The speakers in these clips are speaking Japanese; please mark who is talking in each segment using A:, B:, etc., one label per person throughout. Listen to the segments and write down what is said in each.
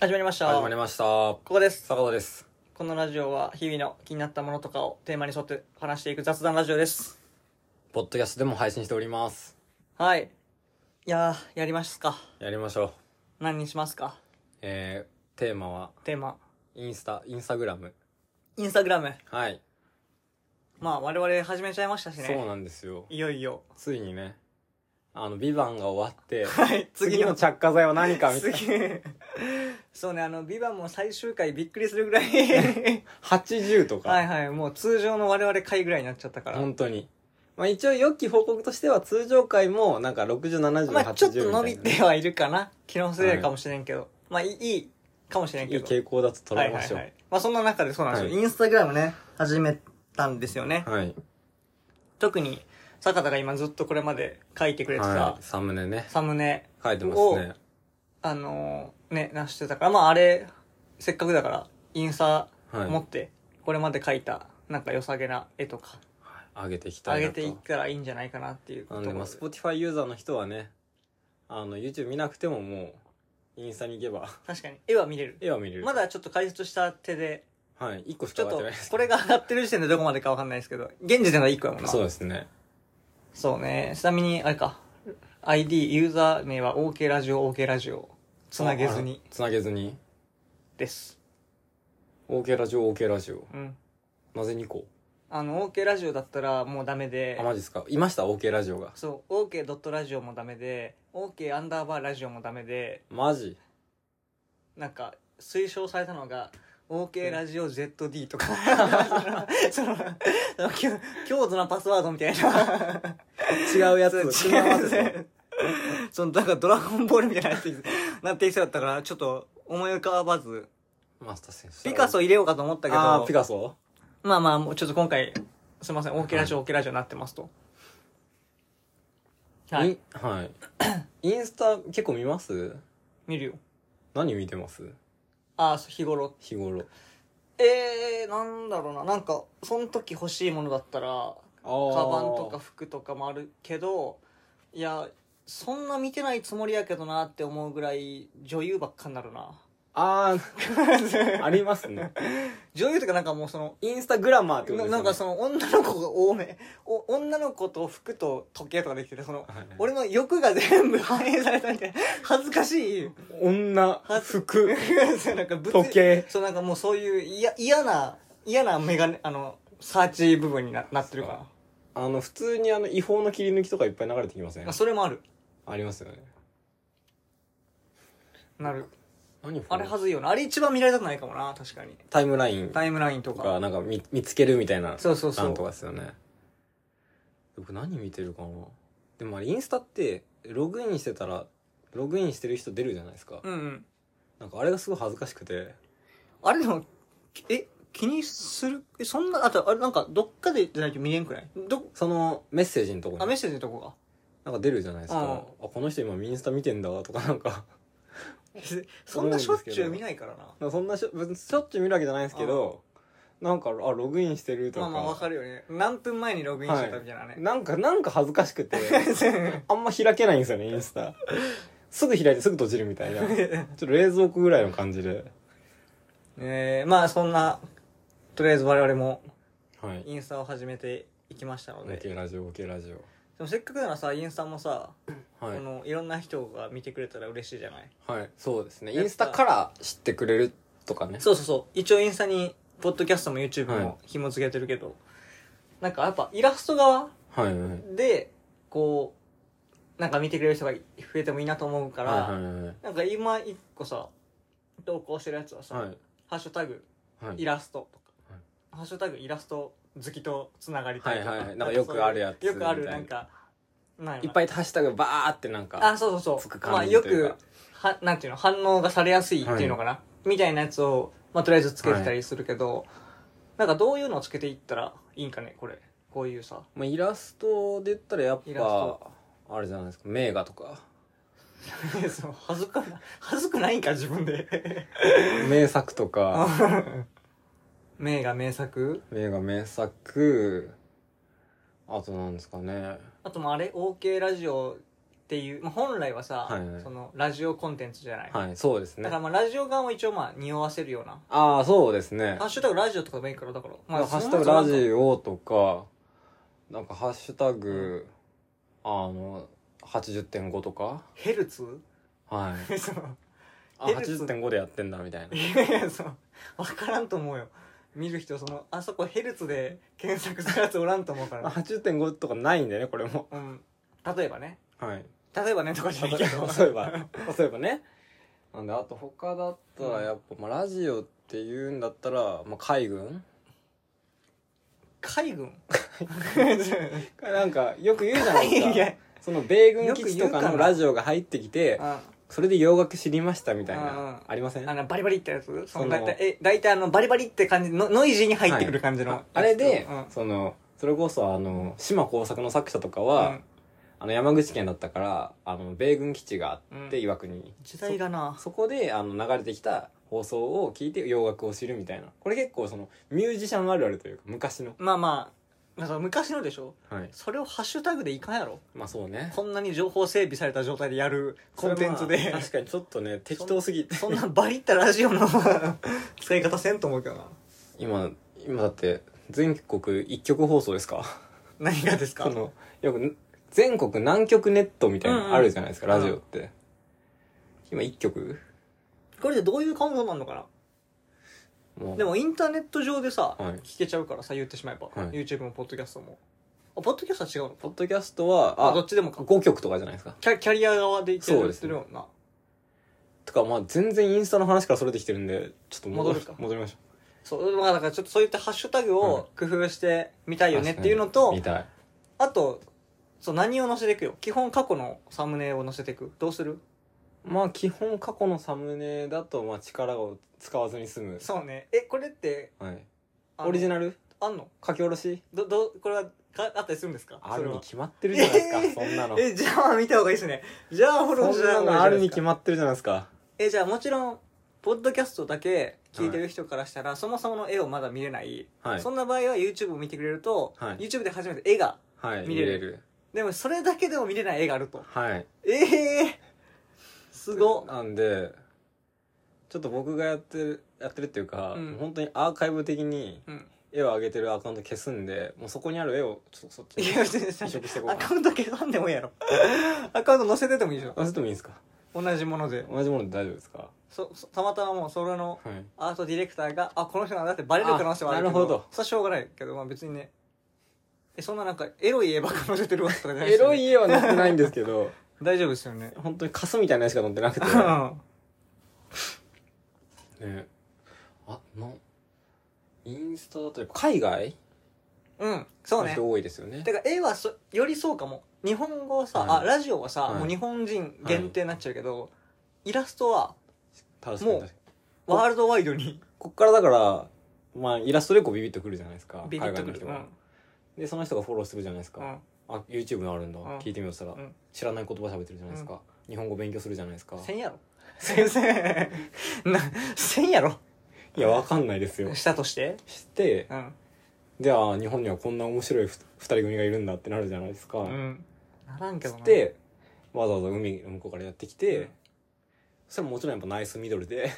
A: 始まりました
B: 始まりました
A: ここです
B: 坂田です
A: このラジオは日々の気になったものとかをテーマに沿って話していく雑談ラジオです
B: ポッドキャストでも配信しております
A: はいいやーやりますか
B: やりましょう
A: 何にしますか
B: えー、テーマは
A: テーマ
B: インスタインスタグラム
A: インスタグラム
B: はい、
A: まあ我々始めちゃいましたしね
B: そうなんですよ
A: いよいよ
B: ついにねあの「ビバンが終わって
A: はい 次
B: 次の
A: の
B: 着火剤は何かみたいな
A: 次 そうねあの「ビバンも最終回びっくりするぐら い
B: 80とか、
A: はいはいもう通常の我々回ぐらいになっちゃったから
B: 本当にまあ一応良き報告としては通常回もなんか607080
A: まあちょっと伸び
B: みたい
A: てはいるかな気のせいかもしれんけど、まあいいいいかもしれん
B: ない
A: け
B: い
A: ど
B: 傾向だと捉えましょう
A: はいはいは
B: はい
A: い、まあそんな中でそうなんですよ、
B: はい
A: インスタグラムね始めたんですよね、
B: はい
A: 特に坂田が今ずっとこれまで書いてくれてた
B: サムネね
A: サムネ
B: 書いてますね
A: あのーねなしてたからまああれせっかくだからインスタ持
B: はい
A: ってこれまで書いたなんか良さげな絵とか
B: 上げていきた
A: 上
B: い
A: げ
B: なと
A: ていったらいいんじゃないかなっていうとこ
B: なの
A: ろ
B: で、まあ、Spotify ユーザーの人はね、あの、YouTube 見なくてももう、インスタに行けば、
A: 確かに絵は見れる
B: 絵は見れる。
A: ま、だちょっと解説した手で
B: はい、一個し
A: ち
B: か
A: ょっ
B: 上
A: と
B: がってないです
A: こ
B: け
A: れが上がってる時点でどこまでかわかんないですけど現時点の1個やもん
B: ど。
A: な
B: そうですね。
A: そうね。ちなみに、あれか。ID、ユーザー名は OK ラジオ、OK ラジオ。つなげずに
B: あ。つなげずに。
A: です。
B: OK ラジオ、OK ラジオ。
A: うん。
B: なぜ2個
A: あの、OK ラジオだったらもうダメで
B: あ、、マジですかいました ?OK ラジオが。
A: そう、OK. ラジオもダメで、OK アンダーバーラジオもダメで、
B: マジ
A: なんか、推奨されたのが、OK ラジオ ZD とか、その、そのその強度なパスワードみたいな。
B: 違うやつ。
A: 違うやつねその、なんかドラゴンボールみたいなやつ になっていきそうだったから、ちょっと思い浮かばず、
B: マスター選手。
A: ピカソ入れようかと思ったけど、
B: あー、ピカソ
A: まあまあ、もうちょっと今回、すいません、OK ラジオ、OK ラジオになってますと。はい
B: イン。 はい。インスタ結構見ます
A: 見るよ。
B: 何見てます
A: ああ、そう日頃。
B: 日頃。
A: えー、なんだろうな。なんか、その時欲しいものだったら、
B: あー
A: カバンとか。服とかもあるけど、いや、そんな見てないつもりやけどなって思うぐらい、女優ばっかになるな。
B: あー、 ありますね。
A: 女優とかなんかもうその、
B: インスタグラマーってこと
A: な
B: ですよね
A: なんかその女の子が多めお女の子と服と時計とかできててその
B: はい
A: 俺の欲が全部反映されたみたいな 恥ずかしい
B: 女、服、
A: そうなんか物理
B: 時計。
A: そうなんかもうそういういや嫌な嫌なメガネあのサーチ部分にななってるから
B: そあの、普通にあの、違法の切り抜きとかいっぱい流れてきません
A: まあそれもある
B: ありますよね。
A: なる
B: 何
A: あれはずいよなあれ一番見られたくないかもな確かに
B: タイムライン
A: タイムラインと
B: と
A: か
B: か、なんか見見つけるみたいな、
A: そうそうそ
B: なん
A: う
B: とかですよね。僕何見てるかなでもあれ、インスタって、ログインしてたら、ログインしてる人出るじゃないですか。
A: うんうん
B: なんかあれがすごい恥ずかしくて。
A: あれでもきえ気にするえそんなあとあれなんかどっかでじゃないと見れんくないど
B: そのメッセージのとこ
A: あ
B: に
A: メッセージのとこが
B: なんか出るじゃないですか。
A: うん
B: あ、この人今インスタ見てんだとかなんか
A: そんなしょっちゅう見ないからな
B: なんかそんなしょ、別にしょっちゅう見るわけじゃないんですけど、なんか、あ、ログインしてると
A: ま
B: か。
A: あまあわかるよね何分前にログインしてたみたいなね、
B: なんか、なんか恥ずかし くて、あんま開けないんですよね、インスタ。すぐ開いてすぐ閉じるみた いな。ちょっと冷蔵庫ぐらいの感じで。
A: えー、まあそんなとりあえず我々も
B: はい。
A: インスタを始めていきましたのでで
B: OK ラジオ、OK ラジオ。
A: もせっかくならさインスタもさ、
B: はい
A: こ。のいろんな人が見てくれたら嬉しいじゃない
B: はい。そうですね。
A: やっ
B: イ
A: ぱ
B: ンスタから知ってくれるとかね。
A: そうそうそう一応インスタにポッドキャストも YouTube
B: はい
A: も紐付けてるけど、なんかやっぱイラスト側
B: はいはい。
A: でこうなんか見てくれる人が増えてもいいなと思うから、
B: はいはいはい
A: なんか今一個さ投稿してるやつはさ「
B: はい。
A: ハッシュタグ
B: はい
A: イラストとか、
B: はい
A: ハッシュタグイラスト好きとつながりたいとか,、
B: はいはいなんかよくあるやつ
A: よくある
B: みたいな
A: なんかなんやろ
B: いっぱいハッシュタグバーってなんか、
A: あそうそう
B: つ
A: そう
B: く
A: まあ
B: 感じ
A: よ
B: という
A: く
B: か
A: はなんていうの反応がされやすいっていうのかな、みたいなやつを、まあ、とりあえずつけてたりするけど、なんかどういうのをつけていったらいいんかねこれこういうさ
B: まあ、イラストで言ったらやっ
A: イラス
B: ぱ
A: ト、
B: あれじゃないですか、名画とか、
A: そう恥ずかな恥ずくないんか自分 で
B: 名作とか、
A: 名が名作
B: 名画名作あとなんですかね
A: あともあれ OK ラジオっていう、まあ、本来はさ、
B: はいはい
A: そのラジオコンテンツじゃない、
B: はいそうです
A: だ
B: ね
A: からまあラジオ側も一応まあ匂わせるような
B: ああそうですね
A: ハッシュタグラジオとかでもいいからだから、
B: まあ、ハッシュタグ
A: その
B: ラ
A: 後
B: ジオとか、なんかハッシュタグ、あの、80.5とか
A: ヘルツ
B: はい。
A: その
B: あ、
A: ヘルツ
B: 80.5でやってんだ、みたいな。
A: いやいやその分からんと思うよ見る人そのあそこヘルツで検索するやつおらんと思うか
B: まあ
A: ら、
B: 80.5とかないんだよね、これも。
A: うん、例えばね
B: はい。
A: 例えばねとかじゃ
B: 例
A: な
B: え
A: い
B: ば、
A: けど
B: 例えば、 例えばね。なんで、あと他だったら、
A: うん
B: やっぱ、まあ、ラジオって言うんだったら、まあ、海軍
A: 海軍
B: なんか、よく言うじゃ ない
A: い
B: です
A: や
B: か。その、米軍
A: よ
B: 基
A: く
B: 地
A: 言
B: と
A: うかな
B: かのラジオが入ってきて、
A: あ
B: それで洋楽知りました、みたい
A: うんうん
B: な。ありません
A: あのバリバリってやつそ
B: その
A: の大体え大体あのバリバリって感じのノイジーに入ってくる感じの、
B: ああれで、
A: うん
B: そのそれこそあの島耕作の作者とかは、
A: うん
B: あの山口県だったからあの米軍基地があって、
A: うん
B: 岩国に
A: 時代がな
B: そそこであの流れてきた放送を聞いて洋楽を知るみたいなこれ結構そのミュージシャンあるあるというか昔の
A: まあまあなんか昔のでしょ
B: はい
A: それをハッシュタグでいかんやろ
B: まあそうね
A: こんなに情報整備された状態でやるコンテンツ
B: それ
A: で
B: は確かにちょっ とね適当すぎて
A: そんなバリったラジオの 使い方せんと思うけどな
B: 今今だって全国一曲放送ですか
A: 何がですか
B: あのよく全国南極ネットみたいなのあるじゃないですか、
A: うんうん
B: ラジオって今一曲
A: これでどういう感想なのか
B: も
A: な
B: う
A: でもインターネット上でさ、
B: はい
A: 聞けちゃうからさ言ってしまえば、
B: はい
A: YouTube もポッドキャストもあポッドキャストは違うの
B: ポッドキャストは、
A: あ
B: あ、
A: どっちでもか
B: 5曲とかじゃないですか。
A: キャキャリア側で言ってる
B: そう
A: 言
B: で
A: っ
B: す
A: て
B: ね
A: るもんな
B: とか、まあ全然インスタの話からそれできてるんで、ちょっと戻
A: 戻る
B: る
A: か
B: 戻りましょ
A: そうまあだからちょっとそういったハッシュタグを工夫してみた
B: う。
A: いよねっていうのと、
B: 見たい。
A: あとそう何を載せていくよ基本過去のサムネを載せていくどうする
B: まあ基本過去のサムネだと、まあ力を使わずに済む。
A: そうねえこれって
B: はい。
A: あの
B: オリジナル
A: あんの
B: 書き下ろし
A: どどこれはかあったりするんですか
B: あ
A: それ
B: る
A: は
B: に決まってるじゃないですか、そんなの。
A: えじゃあ見た方がいいですねじゃあフォロー
B: そ
A: し
B: ん
A: た
B: な
A: 方がいいじゃ
B: の
A: な
B: あ
A: い
B: る
A: で
B: に
A: す
B: 決
A: か
B: まってるじゃないですか。
A: えじゃあもちろんポッドキャストだけ聞いてる人からしたら、そもそもの絵をまだ見れない、
B: はい
A: そ。んな場合は YouTube を見てくれると、
B: はい
A: YouTube で初めて絵が
B: はい。
A: 見
B: 見
A: れる
B: れる。
A: でもそれだけでも見れない絵があると
B: はい。
A: ええー、すごっ
B: なんで、ちょっと僕がやってる、やってるっていうか、
A: うん
B: 本当にアーカイブ的に
A: うん
B: 絵を上げてるアカウント消すんで、もうそこにある絵を、ちょっとそっち
A: い
B: に。
A: や別に
B: 移植していこう
A: ア
B: かな
A: カウント消さんでもいいやろアカウント載せててもいいじゃん
B: あ、それともいいですか
A: 同じもので
B: 同じもので大丈夫ですか
A: そそたまたまもうそれの
B: はい。
A: アートディレクターがあこの人なんだってバレる可能性はあるけど
B: あなるほど
A: それはしょうがないけど、まあ、別にねえそんななんかエロい絵ばっか載せてるわけとかじゃない
B: エロい
A: い
B: 家は載ってないんですけど、
A: 大丈夫ですよね
B: 本当にカスみたいな絵しか載ってなくて。
A: う
B: ねあ、な、インスタだとやっぱ海外
A: んそう
B: の
A: ね
B: 人多いですよね。
A: てか絵はそよりそうかも日本語はさ、
B: は
A: あ
B: い
A: ラジオはさ、
B: はい
A: もう日本人限定になっちゃうけど、イラストは
B: 確かに
A: もう
B: 確かに。
A: ワールドワイドに
B: こっからだから、まあイラストでこうビビッとくるじゃないですか。
A: ビビッとくる
B: 海外の人がで、その人がフォローするじゃないです
A: うんう
B: か。
A: ん
B: あ、YouTube のあるんだ
A: うん。
B: 聞いてみようとしたら
A: うん、
B: 知らない言葉喋ってるじゃないですか。日本語勉強するじゃないですか。
A: せんやろ 先生なせんやろ
B: いや、わかんないで すよ。
A: したとして
B: して、
A: うん、
B: じゃあ日本にはこんな面白いふ二人組がいるんだってなるじゃないですか。
A: うん、ならんけど
B: つっ
A: な
B: てわざわざ海の向こうからやってきて、
A: うん
B: そしたらもちろんやっぱナイスミドルで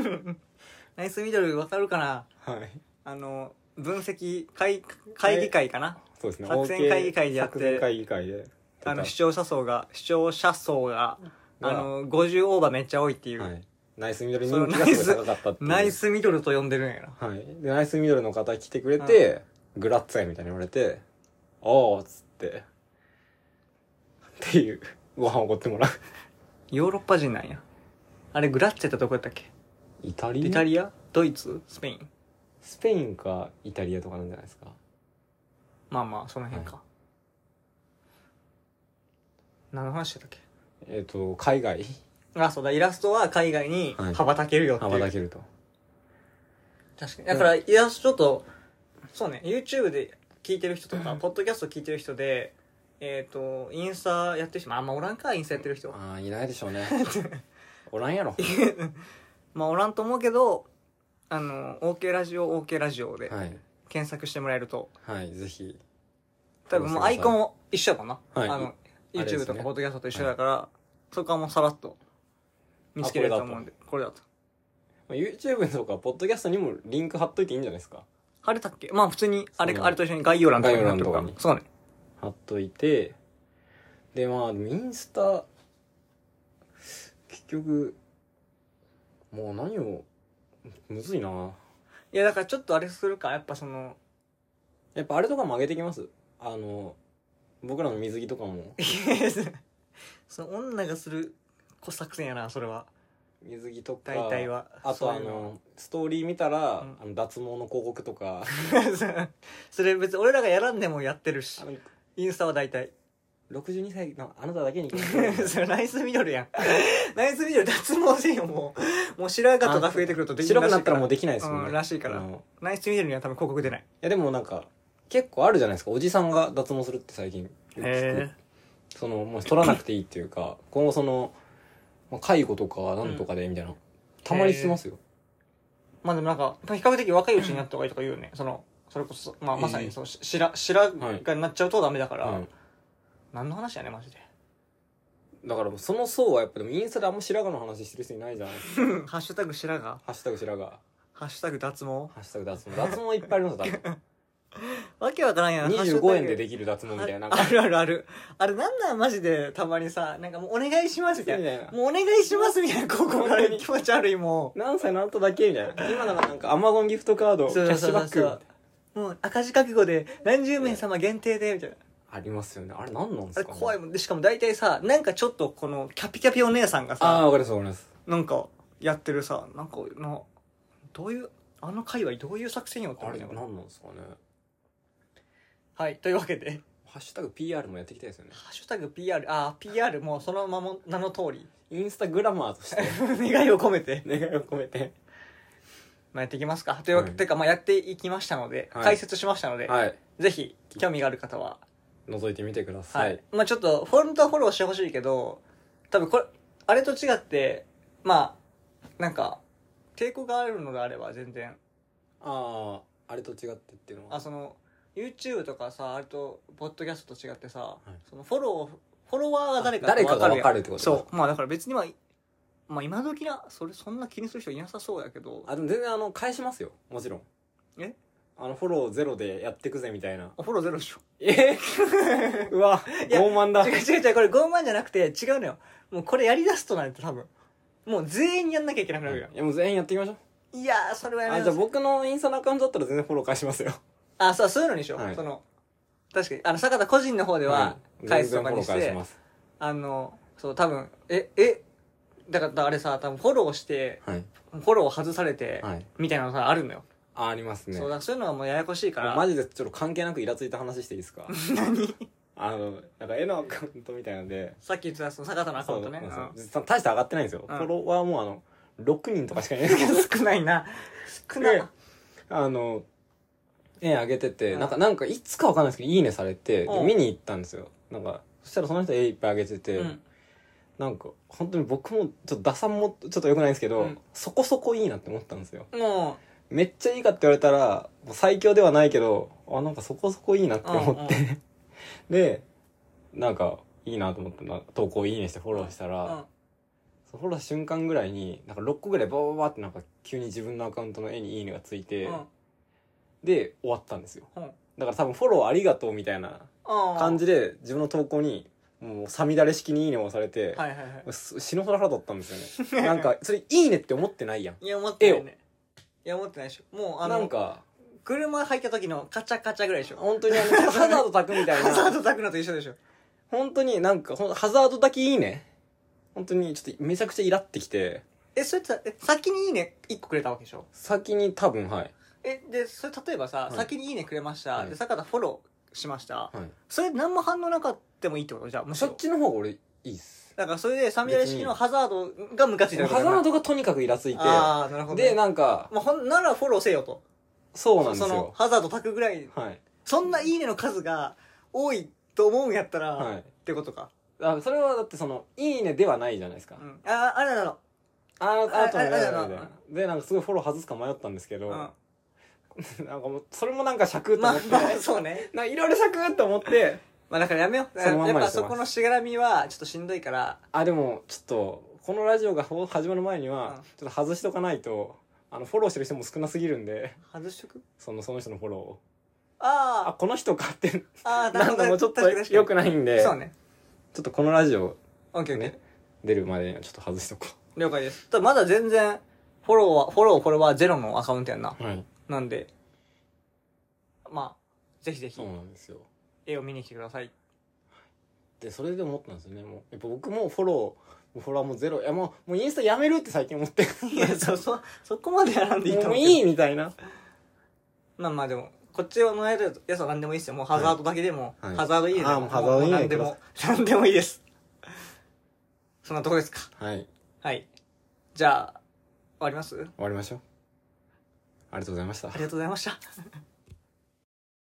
A: ナイスミドルわかるかな
B: はい
A: あの分析会会議会かな
B: そうですね
A: 作戦会議会でやって
B: OK 作戦会議会で
A: あの視聴者層が視聴者層があ
B: が
A: の50オーバーめっちゃ多いっていう、
B: はい、ナイスミドル人気がすごい高かったっていう
A: ナイスミドルと呼んでるんやな
B: はい、でナイスミドルの方来てくれて、グラッツァイみたいに言われて「おーっつってっていうご飯をおごってもらう
A: ヨーロッパ人なんやあれグラッツェってどこやったっけ
B: イタリア
A: イタリアドイツスペイン
B: スペインかイタリアとかなんじゃないですか
A: まあまあその辺か、何の話してたっけ
B: えっ、と海外
A: あそうだイラストは海外に
B: はい
A: 羽ばたけるよっていう、
B: 羽ばたけると
A: 確かにだからイラストちょっとそうね YouTube で聞いてる人とかポッドキャスト聞いてる人でえっ、とインスタやってる人まああんまおらんかインスタやってる人
B: ああいないでしょうね おらんやろ
A: まあおらんと思うけどあの OK ラジオ OK ラジオで
B: はい
A: 検索してもらえると
B: はい、ぜひ。
A: 多分もうアイコン
B: を。
A: も一緒やもんな、
B: はい
A: あの
B: あれですね
A: YouTube とかポッドキャストと一緒だから、そこはもうさらっと見つけれると思うんでこれだと
B: まあ YouTube とか、ポッドキャストにもリンク貼っといていいんじゃないですか。
A: あれだっけまあ普通にあれ
B: そ
A: か
B: う
A: あれと一緒に概要欄とかに
B: 概要
A: なっ
B: 欄
A: て
B: と
A: る
B: か
A: から
B: に
A: そうね
B: 貼っといて、で、まあ、でもインスタ、結局、もう何を、むずいな。
A: いやだからちょっとあれするかやっぱその
B: やっぱあれとかも上げてきます。あの、僕らの水着とかも、
A: その女がする小作戦やなそれは
B: 水着とか、
A: 大体は
B: あと
A: そう
B: あ
A: いう
B: の、ストーリー見たら、
A: うん
B: あの脱毛の広告 とか、
A: はそれ別に俺らがやらんでもやってるし
B: あの、
A: インスタは大体
B: 62歳のあなただ けに
A: それナイスミドルやん ナイスミドル脱毛せんよもうもう白髪とか増えてくるとできる
B: 白
A: ら
B: く
A: しいから
B: なったらもうできないですもんね。
A: うんらしいから
B: あの
A: ナイスミドルには多分広告出ない
B: いやでもなんか、結構あるじゃないですか。おじさんが脱毛するって最近よく聞
A: へ
B: く。その、もう取らなくていいっていうか、今後その、まあ介護とかなんとかでみたいな、たまにしてますよ。
A: まあでもなんか比較的若いうちになった方がいいとか言うよねそのそれこそ、まあ、まさにそのし白白髪になっちゃうとダメだから、
B: う
A: 何の話やねマジで
B: ん。だからその層はやっぱでもインスタであんま白髪の話してる人いな いじゃないですか。
A: ハッシュタグ白髪
B: ハッシュタグ白髪、ハ
A: ハッシュタグ脱毛
B: ッシュタグ脱毛。脱毛いっぱいありま すよ、多
A: わけわからんやん。ハッシュタ
B: 分。
A: グ
B: 25円でできる脱毛みたいな。な ん
A: あ
B: か、
A: るあるある。あれなんなんマジでたまにさ、なんかもうお願いしますみたい
B: みたい
A: な。
B: な
A: もうお願いしますみたいな広告があれ
B: 本当に
A: 気持ち悪いも
B: 何歳のあんただけみたいな。今ならなんかアマゾンギフトカード、
A: う。
B: キャッシュバック。
A: ク。もう赤字覚悟で何十名様限定でみたいな。
B: ありますよね。あれ何なんで
A: あ
B: す
A: れ
B: かね
A: 怖いもん。で、しかも大体さ、なんかちょっとこのキャピキャピお姉さんが
B: ああ、
A: さ、
B: わかりますわかります。
A: なんかやってるさ、なんかの、どういう、あの界隈どういう作戦よって
B: あ
A: 思う
B: れ
A: よ
B: 何
A: ね。
B: なんですかね。
A: はい、というわけで、
B: ハッシュタグ PR もやっていきたいですよね。
A: ハッシュタグ PR、あー、PR もうそのまま名の通り、
B: インスタグラマーとして
A: 願いを込めて。
B: 願いを込めて。
A: まあ、やっていきますか。というわけ、
B: はい
A: てか、まあ、やっていきましたので、
B: はい
A: 解説しましたので、
B: はい。
A: ぜひ、興味がある方は、
B: 覗いてみてください。
A: まあ、ちょっと、フォントはフォローしてほしいけど、多分これ、あれと違って、まあ、なんか、抵抗があるのであれば全然、
B: ああ、あれと違ってっていうのは。
A: あ、その、YouTube とかさ、あれと、ポッドキャストと違ってさ、
B: い
A: その、フォロー、フォロワーが誰か
B: 誰かがわか
A: る
B: るってこ
A: やん。
B: とか
A: そう。まあ、だから別にまあ、まあ、今時な、それそんな気にする人いなさそうやけど、
B: あ、でも全然あの、返しますよ。もちろん。
A: え
B: あの、フォローゼロでやってくぜみたいな。
A: フォローゼロでしょ。
B: え うわ、
A: いや
B: 傲慢だ。
A: 違う違う違う、これ傲慢じゃなくて違うのよ。もうこれやり出すとなると多分、もう全員やんなきゃいけなくなるよ。
B: いや、もう全員やっていきましょう。
A: いやー、それはやめ
B: あ、
A: よ
B: じゃあ
A: う。
B: 僕のインスタのアカウントだったら全然フォロー返しますよ。
A: あ、そう、そういうのにしよう。
B: はい
A: その、確かに、あの、坂田個人の方では、
B: い
A: 返すとか
B: 全
A: に
B: 然
A: し
B: フォロー返
A: て、
B: します。
A: あの、そう、多分、え、え、だからあれさ、多分フォローして、
B: はい。
A: フォロー外されて、
B: はい。
A: みたいなのさ、あるのよ。
B: あ、ありますね。
A: そう、だからそういうのはもうややこしいから。
B: マジでちょっと関係なくイラついた話してい いですか何あのなんか絵のアカウントみたいなんで
A: さっき言ってたその坂田のアカウントね。
B: そううそうん実際大して上がってないんですよ、
A: うん
B: フォロワーもあの6人とかしか いないんですけ
A: 少ないな。少
B: ど
A: な
B: で
A: い。
B: あの絵上げてて、
A: うん
B: なんかなんかいつかわかんないですけど「いいね」されて、で
A: うん
B: 見に行ったんですよなんかそしたらその人絵いっぱい上げてて、
A: うん。
B: なんか本当に僕もちょっと打算もちょっと良くないんですけど、
A: うん
B: そこそこいいなって思ったんですよ
A: も
B: めっちゃいいかって言われたらもう最強ではないけどあなんかそこそこいいなって思って、
A: うん
B: でなんかいいなと思ってな投稿いいねしてフォローした
A: う、
B: ら、
A: うん。
B: そのフォローした瞬間ぐらいになんか6個ぐらいバーバーバーってなんか急に自分のアカウントの絵に「いいね」がついて、
A: うん
B: で終わったんですよ、
A: うん
B: だから多分フォローありがとうみたいな
A: あー
B: 感じで自分の投稿にもうさみだれ式に「いいね」を押されて、
A: はいはいはい。
B: す死ぬほど腹立ったんですよねなんかそれ「いいね」って思ってないやん
A: いや、思ってないね。いや、思ってないでしょ。もう、あ
B: なん
A: の、
B: か
A: 車入った時のカチャカチャぐらいでしょ。
B: 本当にあのハザード炊くみたい
A: ハ
B: な
A: ザ ード炊くのと一緒でしょ。
B: 本当になんかほんハザードだけいいね本当にちょっとめちゃくちゃイラってきて
A: え、それさ、え、先にいいね1個くれたわけでしょ。
B: 先に多分はい、
A: え、で、それ例えばさ、
B: はい
A: 先にいいねくれました。
B: はい
A: で、坂田フォローしました。
B: はい、
A: それ何も反応なかったもいいってことじゃあ、むし
B: そっ
A: ろ。
B: ちの方が俺いいっす
A: だからそれで、サミダレ式
B: 別
A: の
B: に
A: ハザードがムカついた
B: ハザー
A: ド
B: ドがとにかくイラついて
A: ああ、なるほどね。
B: でなんか
A: まあ、ほんならフォローせよと。
B: そうなんです
A: その、
B: よ
A: ハザード炊くぐらい、
B: はい
A: そんないいねの数が多いと思うんやったら、
B: はい
A: ってことか。
B: あそれはだってその「いいね」ではないじゃないですか、
A: うん。ああ、あららら。
B: あああと
A: ああ
B: ね
A: ああ
B: みたいなでなんかすごいフォロー外すか迷ったんですけど、
A: うん。
B: なんかもうそれもなんか尺と
A: ま
B: 思
A: あ
B: って、
A: まあ、そうね。
B: なんかいろいろ尺って思って
A: まあだからやめよう。
B: そのま
A: や
B: んまにして
A: っ
B: ま
A: ぱ
B: す
A: そこのしがらみはちょっとしんどいから、
B: あでもちょっとこのラジオがほ始まる前に
A: うん
B: はちょっと外しとかないとあのフォローしてる人も少なすぎるんで
A: 外しとく
B: そのその人のフォローをあ
A: あ
B: この人かって
A: あ、ああ、なるほ
B: なんの
A: ど。
B: もちょっと
A: 確かに確かに
B: 良くないんでち
A: そう
B: ょ
A: ね。
B: っとこのラジオ
A: オッケーオッケー
B: ね。出るまでにはちょっと外しとこ
A: 了解です。ただまだ全然、フォローは、フォロー、フォロワーゼロのアカウントやんな。
B: うはい
A: なんで、まあ、ぜひぜひ
B: そう、なんですよ
A: 絵を見に来てください。
B: でそれで思ったんですよねもうやっぱ僕もフォローフォロワーもゼロいやもうもうインスタやめるって最近思って
A: いや、そ、そ、そこまでやら んでいいと
B: も
A: 思
B: う
A: う。
B: いい
A: い
B: みたいな
A: まあまあでも、こっちをのやるやつは何でもいいですよ。もうハザードだけでも、
B: はい
A: ハザードいいで
B: あーもうハザードいいね
A: 何でも、何でもいいです。そんなとこですか。
B: はい
A: はい。じゃあ、終わります
B: 終わりましょうありがとうございました
A: ありがとうございました。